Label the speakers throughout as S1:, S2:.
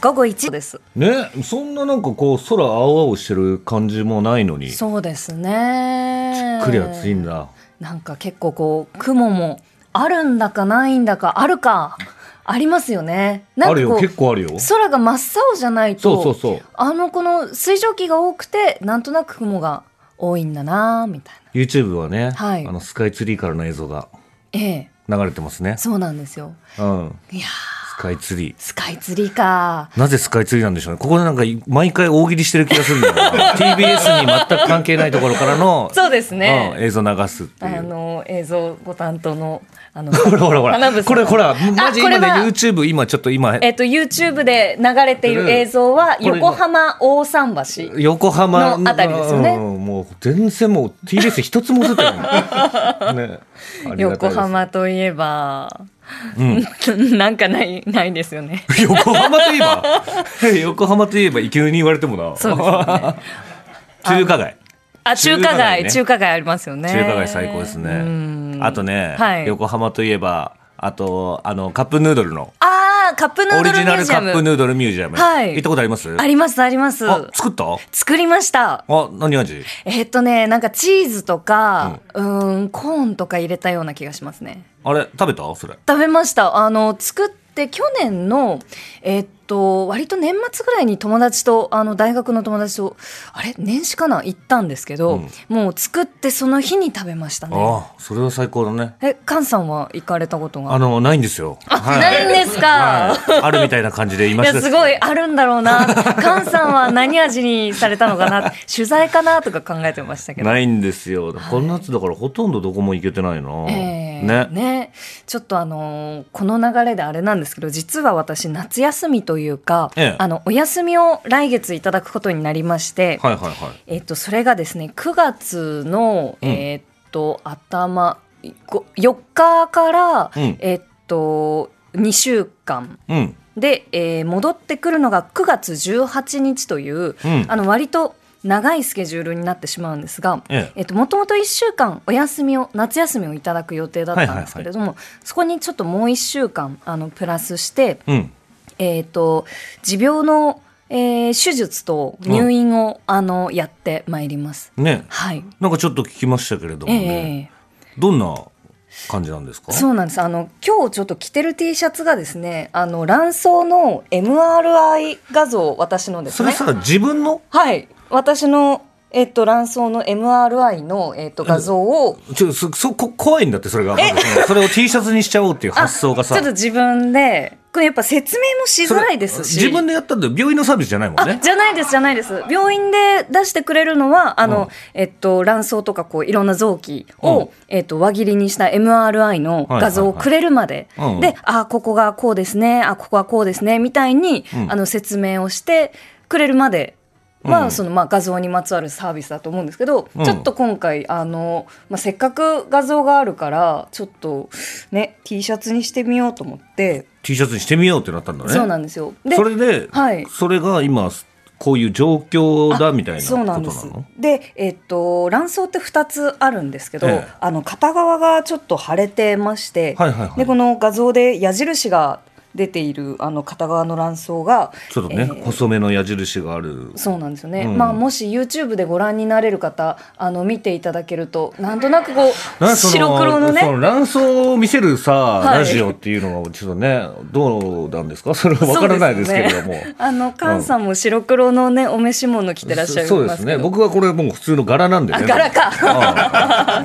S1: 午後1です。
S2: ねそんななんかこう空青々してる感じもないのにし
S1: そうですね。
S2: っくり暑いんだ
S1: なんか結構こう雲もあるんだかないんだかあるかありますよね。な
S2: あ
S1: んか
S2: る
S1: こ
S2: よ
S1: う
S2: 結構あるよそ
S1: 空が真っ青じゃないと
S2: うそうそう
S1: あのこの水蒸気が多くてなんとなく雲が多いんだなみたいな。
S2: YouTube はね、
S1: はい
S2: あのスカイツリーからの映像が
S1: ええ
S2: 流れてますね
S1: そうなんですよ。
S2: うん
S1: いやー
S2: スカイツリー
S1: スカイツリーか。
S2: なぜスカイツリーなんでしょうねここでなんか毎回大喜利してる気がするんだよ な TBS に全く関係ないところからの
S1: そうですね。
S2: うん、映像流すってい
S1: あ
S2: う。
S1: の映像ご担当のあの
S2: ほらほらほ
S1: 花
S2: ら。
S1: 房
S2: これほら、マジ
S1: これ
S2: 今ね、
S1: は
S2: YouTube、今ちょっと今、
S1: えっと YouTube で流れている映像は
S2: これ
S1: 横浜大桟橋。
S2: 横浜
S1: のあたりですよね
S2: うんもう全然もう TBS 一つも映ってない。ね ありがた
S1: 横
S2: いです
S1: 浜といえば、
S2: うん
S1: なんかないないですよね。
S2: 横浜といえば 横浜といえば池上に言われてもな。
S1: そうですよね。
S2: 中華街。
S1: あ中華街
S2: ね
S1: 中華街ありますよね。
S2: 中華街最高です
S1: うん
S2: ね。あとね、
S1: はい
S2: 横浜といえば、あと、あの、カップヌードルの、
S1: ああカップヌー
S2: オ
S1: ド
S2: リ
S1: ル
S2: ジ
S1: ミュ
S2: ナ
S1: ー
S2: ル
S1: ジ
S2: カ
S1: ア
S2: ップ
S1: ム
S2: ヌードルミュージアム。
S1: はい
S2: 行ったことあります
S1: ありますあります。
S2: あ、作った
S1: 作りました。
S2: あ、何味
S1: えっとねなんかチーズとか、うーんコーンとか入れたような気がしますね。
S2: あれ食べたそれ。
S1: 食べましたあの作って去年のえっと割と年末ぐらいに友達とあの大学の友達とあれ年始かな行ったんですけど、
S2: うん
S1: もう作ってその日に食べましたね
S2: ああ、それは最高だね。
S1: え菅さんは行かれたことが
S2: あの、ないんですよ。はい
S1: ないんですか、
S2: はいあるみたいな感じでい
S1: い
S2: まし
S1: や
S2: た
S1: すごいあるんだろうな菅さんは何味にされたのか な取材かなとか考えてましたけど
S2: ないんですよ。この夏だからほとんどどこも行けてないな。
S1: ええね
S2: ね。
S1: ちょっとあのーこの流れであれなんですけど実は私夏休みというか、
S2: ええ
S1: あのお休みを来月いただくことになりまして、
S2: はいはいはい。
S1: えっとそれがですね9月の、
S2: うん
S1: えっと頭ご4日から、
S2: うん
S1: えっと2週間
S2: うん。
S1: で、えー戻ってくるのが9月18日という、
S2: うん
S1: あの割と長いスケジュールになってしまうんですが、
S2: ええ
S1: えっと、もともと1週間お休みを夏休みをいただく予定だったんですけれども、そこにちょっともう1週間あのプラスして、
S2: うん。
S1: えっと持病の、えー手術と入院を、あのやってまいります。
S2: ね。
S1: はい、
S2: なんかちょっと聞きましたけれども
S1: え
S2: ね。
S1: え
S2: どんな感じなんですか
S1: そうなんですあの今日ちょっと着てる T シャツがですねあの卵巣の MRI 画像私のです
S2: それ
S1: ね
S2: さ、自分の
S1: はい私の、えっと、卵巣の MRI の、えっと、画像を
S2: ちょ、そ、そ、こ怖いんだって、それが。まずそのそれを T シャツにしちゃおうっていう発想がさ。
S1: あちょっと自分でこれやっぱ説明もしづらいですし
S2: それ自分でやったんだよ。病院のサービスじゃないもん
S1: あ
S2: ね。
S1: じゃないですじゃないです病院で出してくれるのはあの、
S2: うん
S1: えっと、卵巣とかこういろんな臓器を、
S2: うん
S1: えっと、輪切りにした MRI の画像をくれるまで、
S2: はいはいはいうん
S1: であここがこうですねあここはこうですねみたいに、
S2: うん
S1: あの説明をしてくれるまで。は
S2: うん
S1: そのまあ、画像にまつわるサービスだと思うんですけど、
S2: うん
S1: ちょっと今回あの、まあ、せっかく画像があるからちょっと、ね、T シャツにしてみようと思って、
S2: T シャツにしてみようってなったんだね。
S1: そうなんですよ。で
S2: それで、
S1: はい
S2: それが今こういう状況だみたいなこと
S1: そう
S2: な
S1: なん
S2: の
S1: ですで、えっと卵巣って2つあるんですけど、
S2: ええ
S1: あの片側がちょっと腫れてまして、
S2: はいはいはい
S1: でこの画像で矢印が出ているあの片側の卵巣が
S2: ちょっとね、
S1: えー
S2: 細めの矢印がある
S1: そうなんですよね、
S2: うん
S1: まあ、もし YouTube でご覧になれる方あの見ていただけるとなんとなくこ
S2: な
S1: うん
S2: その
S1: 白黒のね
S2: その卵巣を見せるさ、
S1: い
S2: ラジオっていうのはちょっとねどうなんですかそれは分からないですけれども
S1: そうですよねあの菅さんも白黒のねお召し物着てらっしゃいますけ
S2: そ
S1: ど
S2: うですね僕はこれもう普通の柄なんで
S1: あ
S2: ね
S1: 柄か
S2: あ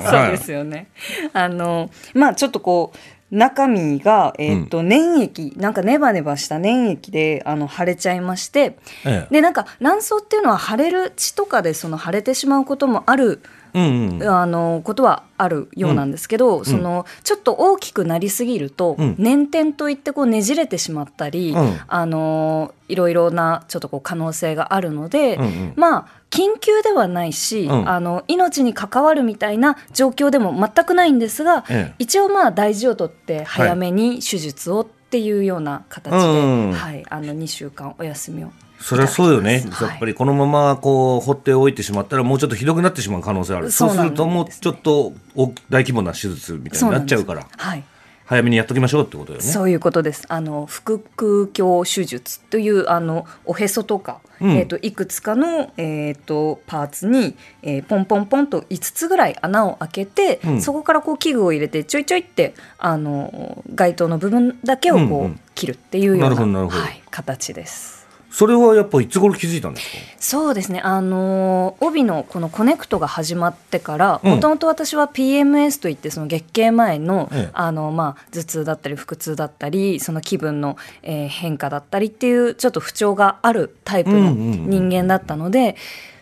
S1: そうですよね。あのまあちょっとこう中身がえーっと粘液、なんかネバネバした粘液であの腫れちゃいまして、
S2: ええ
S1: でなんか卵巣っていうのは腫れる血とかでその腫れてしまうこともある。
S2: うんうん
S1: あのことはあるようなんですけど、そのちょっと大きくなりすぎると、
S2: うん
S1: 粘点といってこうねじれてしまったり、
S2: うん
S1: あのいろいろなちょっとこう可能性があるので、
S2: うんうん
S1: まあ緊急ではないし、
S2: うん
S1: あの命に関わるみたいな状況でも全くないんですが、
S2: ええ
S1: 一応まあ大事をとって早めに手術をっていうような形で、
S2: うん
S1: はい、あの2週間お休みを。
S2: それはそうよね、
S1: いただきます
S2: やっぱりこのままこう放っておいてしまったらもうちょっとひどくなってしまう可能性ある
S1: そ
S2: そうう
S1: なんです
S2: するともうちょっと大大規模な手術みたいになっちゃうから
S1: そうなんですはい。
S2: 早めにやっときましょうってことよね。
S1: そういうことです。あの腹腔鏡手術というあのおへそとか、
S2: うん
S1: えっ、といくつかのえっ、とパーツに、えーポンポンポンと五つぐらい穴を開けて、
S2: うん
S1: そこからこう器具を入れてちょいちょいってあの街灯の部分だけをこう、
S2: うんうん
S1: 切るっていうような
S2: なるほどなるほど
S1: はい、形です。
S2: それはやっぱいつ頃気づいたんですか
S1: そうですね、あのー帯のこのコネクトが始まってから
S2: うん
S1: もともと私は PMS といってその月経前の,、
S2: ええ
S1: あのまあ、頭痛だったり腹痛だったりその気分の、えー変化だったりっていうちょっと不調があるタイプの
S2: うんうんうん
S1: 人間だったので。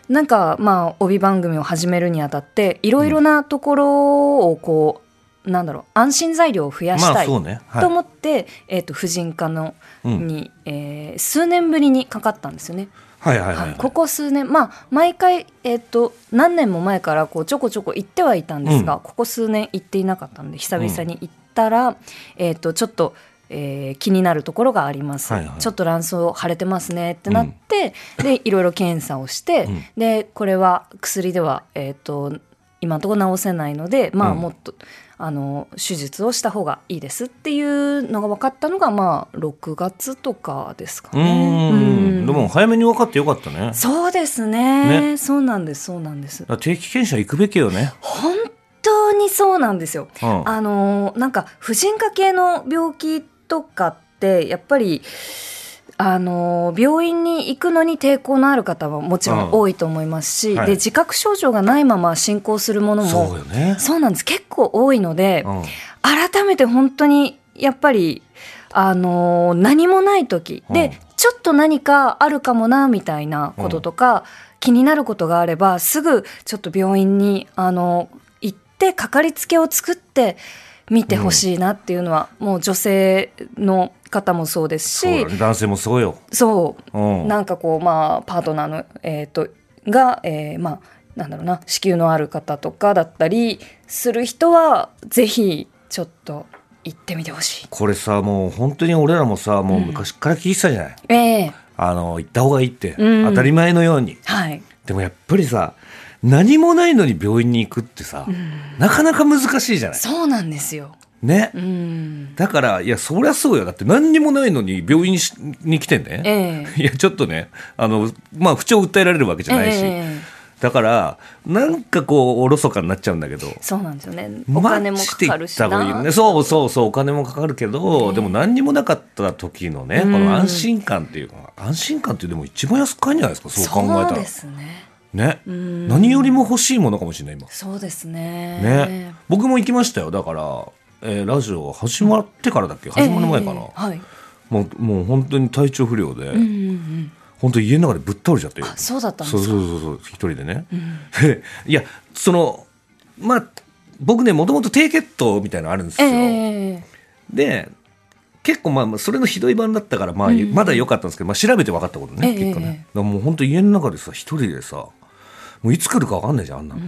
S1: なんかまあ帯番組を始めるにあたっていろいろなところをこう、なんだろう安心材料を増やし
S2: ま
S1: た
S2: あ
S1: い
S2: そうね。
S1: と
S2: は
S1: 思って、えー、と婦人科の、
S2: い。うん
S1: に、えー数年ぶりにかかったんですよね。
S2: はいはい
S1: は
S2: はいい。
S1: ここ数年、まあ、毎回、えっと何年も前からこうちょこちょこ行ってはいたんですが、
S2: うん
S1: ここ数年行っていなかったので久々に行ったら、えっとちょっと、えー気になるところがあります、
S2: はいはい
S1: ちょっと卵巣腫れてますねってなって、でいろいろ検査をして、
S2: うん
S1: でこれは薬では、えっと今のところ治せないので、まあ、
S2: うん
S1: もっと、あの手術をした方がいいですっていうのが分かったのが、まあ、6月とかですか
S2: う
S1: ね。
S2: ー
S1: うん
S2: ん。でも早めに分かってよかったね。だか
S1: そうですね
S2: ね
S1: そうなんですそうなんです
S2: ら定期検査行くべきよね。
S1: 本当にそうなんですよ
S2: うん。
S1: あのーなんか婦人科系の病気とかってやっぱりあのー病院に行くのに抵抗のある方はもちろ
S2: うん
S1: ん多いと思いますし、
S2: はい
S1: で自覚症状がないまま進行するものも
S2: そうよね。
S1: そうなんです結構多いので
S2: うん。
S1: 改めて本当にやっぱり、あのー何もない時で、
S2: うん
S1: ちょっと何かあるかもなみたいなこととか、気になることがあればすぐちょっと病院に、あのー行ってかかりつけを作って見てほしいなっていうのは、もう女性の方もそうです
S2: そう
S1: し
S2: だね。男性もそうよ。
S1: そう
S2: うん。
S1: なんかこうまあパートナーの、えー、とが、えーまあなんだろうな子宮のある方とかだったりする人はぜひちょっと行ってみてほしい。
S2: これさ、もう本当に俺らもさ、もう
S1: うん
S2: 昔から聞いてたじゃない。
S1: ええ
S2: あの、行った方がいいって。
S1: うん
S2: 当たり前のように。
S1: はい、
S2: でもやっぱりさ、何もないのに病院に行くってさ、なかなか難しいじゃない。
S1: そうなんですよ。
S2: ね
S1: う。ん、
S2: だから、いや、そりゃそうよ。だって何にもないのに病院しに来てんね。
S1: ええ
S2: いや、ちょっとね、あの、まあ、不調を訴えられるわけじゃないし。
S1: ええ
S2: だから、なんかこう、おろそかになっちゃうんだけど。
S1: そうなんですよね。お金もかかるし
S2: マジで行った方がいいよ
S1: な。
S2: ね、そうそうそう、お金もかかるけど、
S1: ね
S2: でも何にもなかった時のね、こ
S1: うん
S2: の安心感っていうか、安心感ってでも一番安く買えんじゃないですか、そう考え
S1: そ
S2: た
S1: う
S2: ら
S1: で。すね。
S2: ね。
S1: うん
S2: 何よりも欲しいものかもしれない、今。
S1: そうですね。
S2: ね。僕も行きましたよ、だから、えーラジオ始まってからだっけ
S1: ええ
S2: 始まる前かな。
S1: はい。
S2: もう、もう本当に体調不良
S1: う
S2: で、
S1: んうんうん。
S2: 本当に家の中でぶっ倒れちゃってる。
S1: あ、そうだったんで
S2: そう
S1: す
S2: そ
S1: か。
S2: うそうそう、一人でね。
S1: うん
S2: で いやそのまあ僕ねもともと低血糖みたいなのあるんです
S1: え
S2: よ、
S1: え
S2: で結構まあまあそれのひどい版だったから、まあ
S1: うん
S2: まだ良かったんですけど、まあ、調べて分かったことね、
S1: ええ
S2: 結果
S1: ええ
S2: ねだからもう本当家の中でさ一人でさもういつ来るか分かんないじゃんあんなの、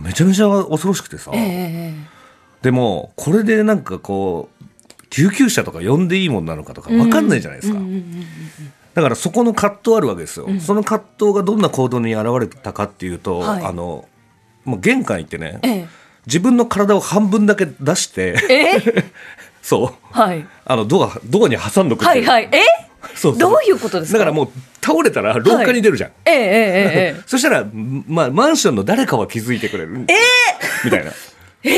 S2: めちゃめちゃ恐ろしくてさ、
S1: ええええ
S2: でもこれでなんかこう救急車とか呼んでいいもんなのかとか分かんないじゃないですか、
S1: うんうんうんうん
S2: だからそこの葛藤あるわけですよ、
S1: うん
S2: その葛藤がどんな行動に現れたかっていうと、
S1: はい
S2: あのもう玄関行ってね、
S1: ええ
S2: 自分の体を半分だけ出して、
S1: え
S2: そう、
S1: はい。
S2: あのドア、ドアに挟んどくって。
S1: はいいうはい。え
S2: そうそう
S1: どういうことですか
S2: だからもう倒れたら廊下に出るじゃん。
S1: えええええ
S2: そしたら、まあ、マンションの誰かは気づいてくれる。え みたいな。え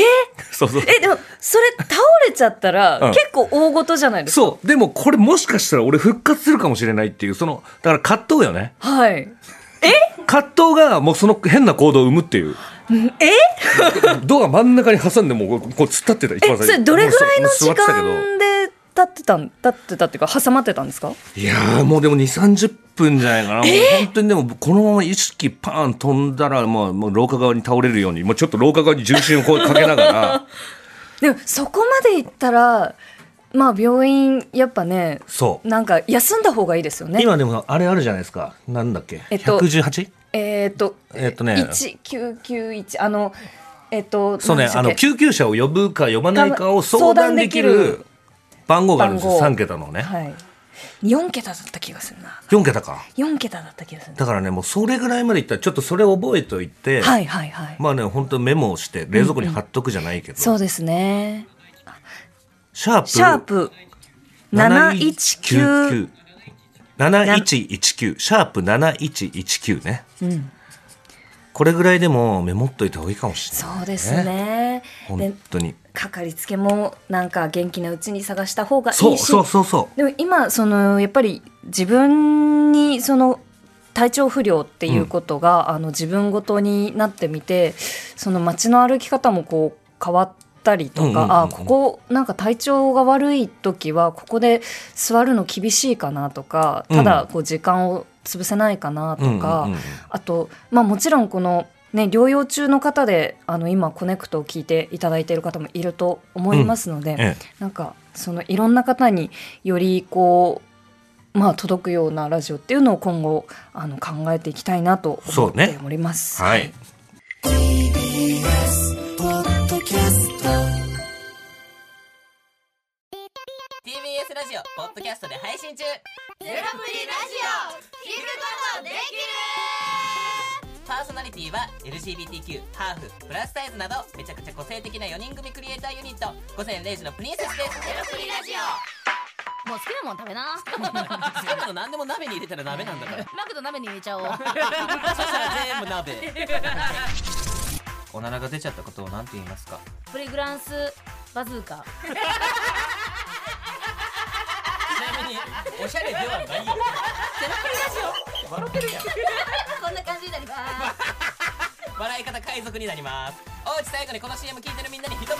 S2: そうそう。
S1: え。え、でも、それ倒れちゃったら、
S2: うん
S1: 結構大事じゃないですか。
S2: そう。でもこれもしかしたら俺復活するかもしれないっていう、その、だから葛藤よね。
S1: はい。
S2: 葛藤がもうその変な行動を生むっていう。えドア真ん中に挟んでもうこうこう突っ立ってた、一
S1: え、
S2: 番
S1: そ
S2: 最初
S1: れどれぐらいの時
S2: もう座ってたけど
S1: 間で立ってたん、立ってたっていうか、挟まってたんですか
S2: いやーもうでも2、30分じゃないかな。もう本当にでも、このまま意識パーン飛んだら、もうもう廊下側に倒れるように、もうちょっと廊下側に重心をこうかけ ながら、
S1: でも、そこまで行ったら、まあ、病院、やっぱね、
S2: そう。
S1: なんか、休んだ方がいいですよね。
S2: 今でも、あれあるじゃないですか。なんだっけ。
S1: えっと
S2: 118?
S1: えっと、
S2: えっとね
S1: 1991、あの、えっと、
S2: そうね、あ
S1: 何
S2: の、
S1: でしたっ
S2: 救急車を呼ぶか呼ばないかを相
S1: 相談
S2: 談で
S1: で
S2: き
S1: きる
S2: る番号があるんですよ。
S1: 番号
S2: 3桁のね。
S1: けはい。4桁だった気がするな。
S2: 4桁か。
S1: 4桁だった気がするな
S2: だからね、もうそれぐらいまでいったら、ちょっとそれを覚えといて、
S1: はいはいはい。
S2: まあね、本当メモをして、冷蔵庫に貼っとくじゃないけど、
S1: そうですね。あ
S2: シャープ
S1: シャープ7199
S2: 7199。7119。シャープ7119ね。これぐらいでもメモっといた方がいいかもしれない、
S1: そうですねで
S2: 本当に。
S1: かかりつけもなんか元気なうちに探した方がいいし
S2: そうそうそうそ
S1: でも今そのやっぱり自分にその体調不良っていうことが、あの自分ごとになってみてその街の歩き方もこう変わったりとか、
S2: うんうんうんうん
S1: あここなんか体調が悪い時はここで座るの厳しいかなとかただこう時間を潰せないかな
S2: う。うん
S1: とか、
S2: うんうん
S1: あと、まあ、もちろんこの、ね、療養中の方であの今コネクトを聞いていただいている方もいると思いますので、
S2: ええ
S1: なんかそのいろんな方によりこう、まあ、届くようなラジオっていうのを今後あの考えていきたいなと
S2: そ
S1: 思っ
S2: うね
S1: ております。
S2: はい。
S3: TBS ラジオポッドキャストで配信中ゼロプリラジオ聞くことできるパーソナリティは LGBTQ ハーフプラスサイズなどめちゃくちゃ個性的な4人組クリエイターユニット午前0時のプリンセスですゼロプリラジ
S4: もう好きなもん食べな。
S3: オ好きなの何でも鍋に入れたら鍋なんだ から
S4: マクド鍋に入れちゃおう。
S3: そしたら全部鍋おならが出ちゃったことを何て言いますか
S4: プリグランスバズーカ。
S3: ちなみにおしゃれではないよゼロプリラジオ笑ってるやん
S4: こんな感じになります。
S3: 笑い方海賊になりますおうち最後にこの CM 聞いてるみんなに一言お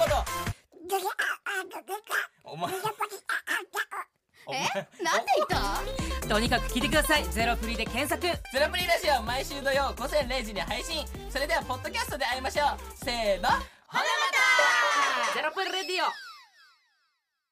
S3: 前お前
S4: なんで言った？とにかく聞いてください。ゼロプリで検索。
S3: ゼロプリラジオ毎週土曜午前0時に配信それではポッドキャストで会いましょうせーのほなまた
S4: ゼロプリレディオ。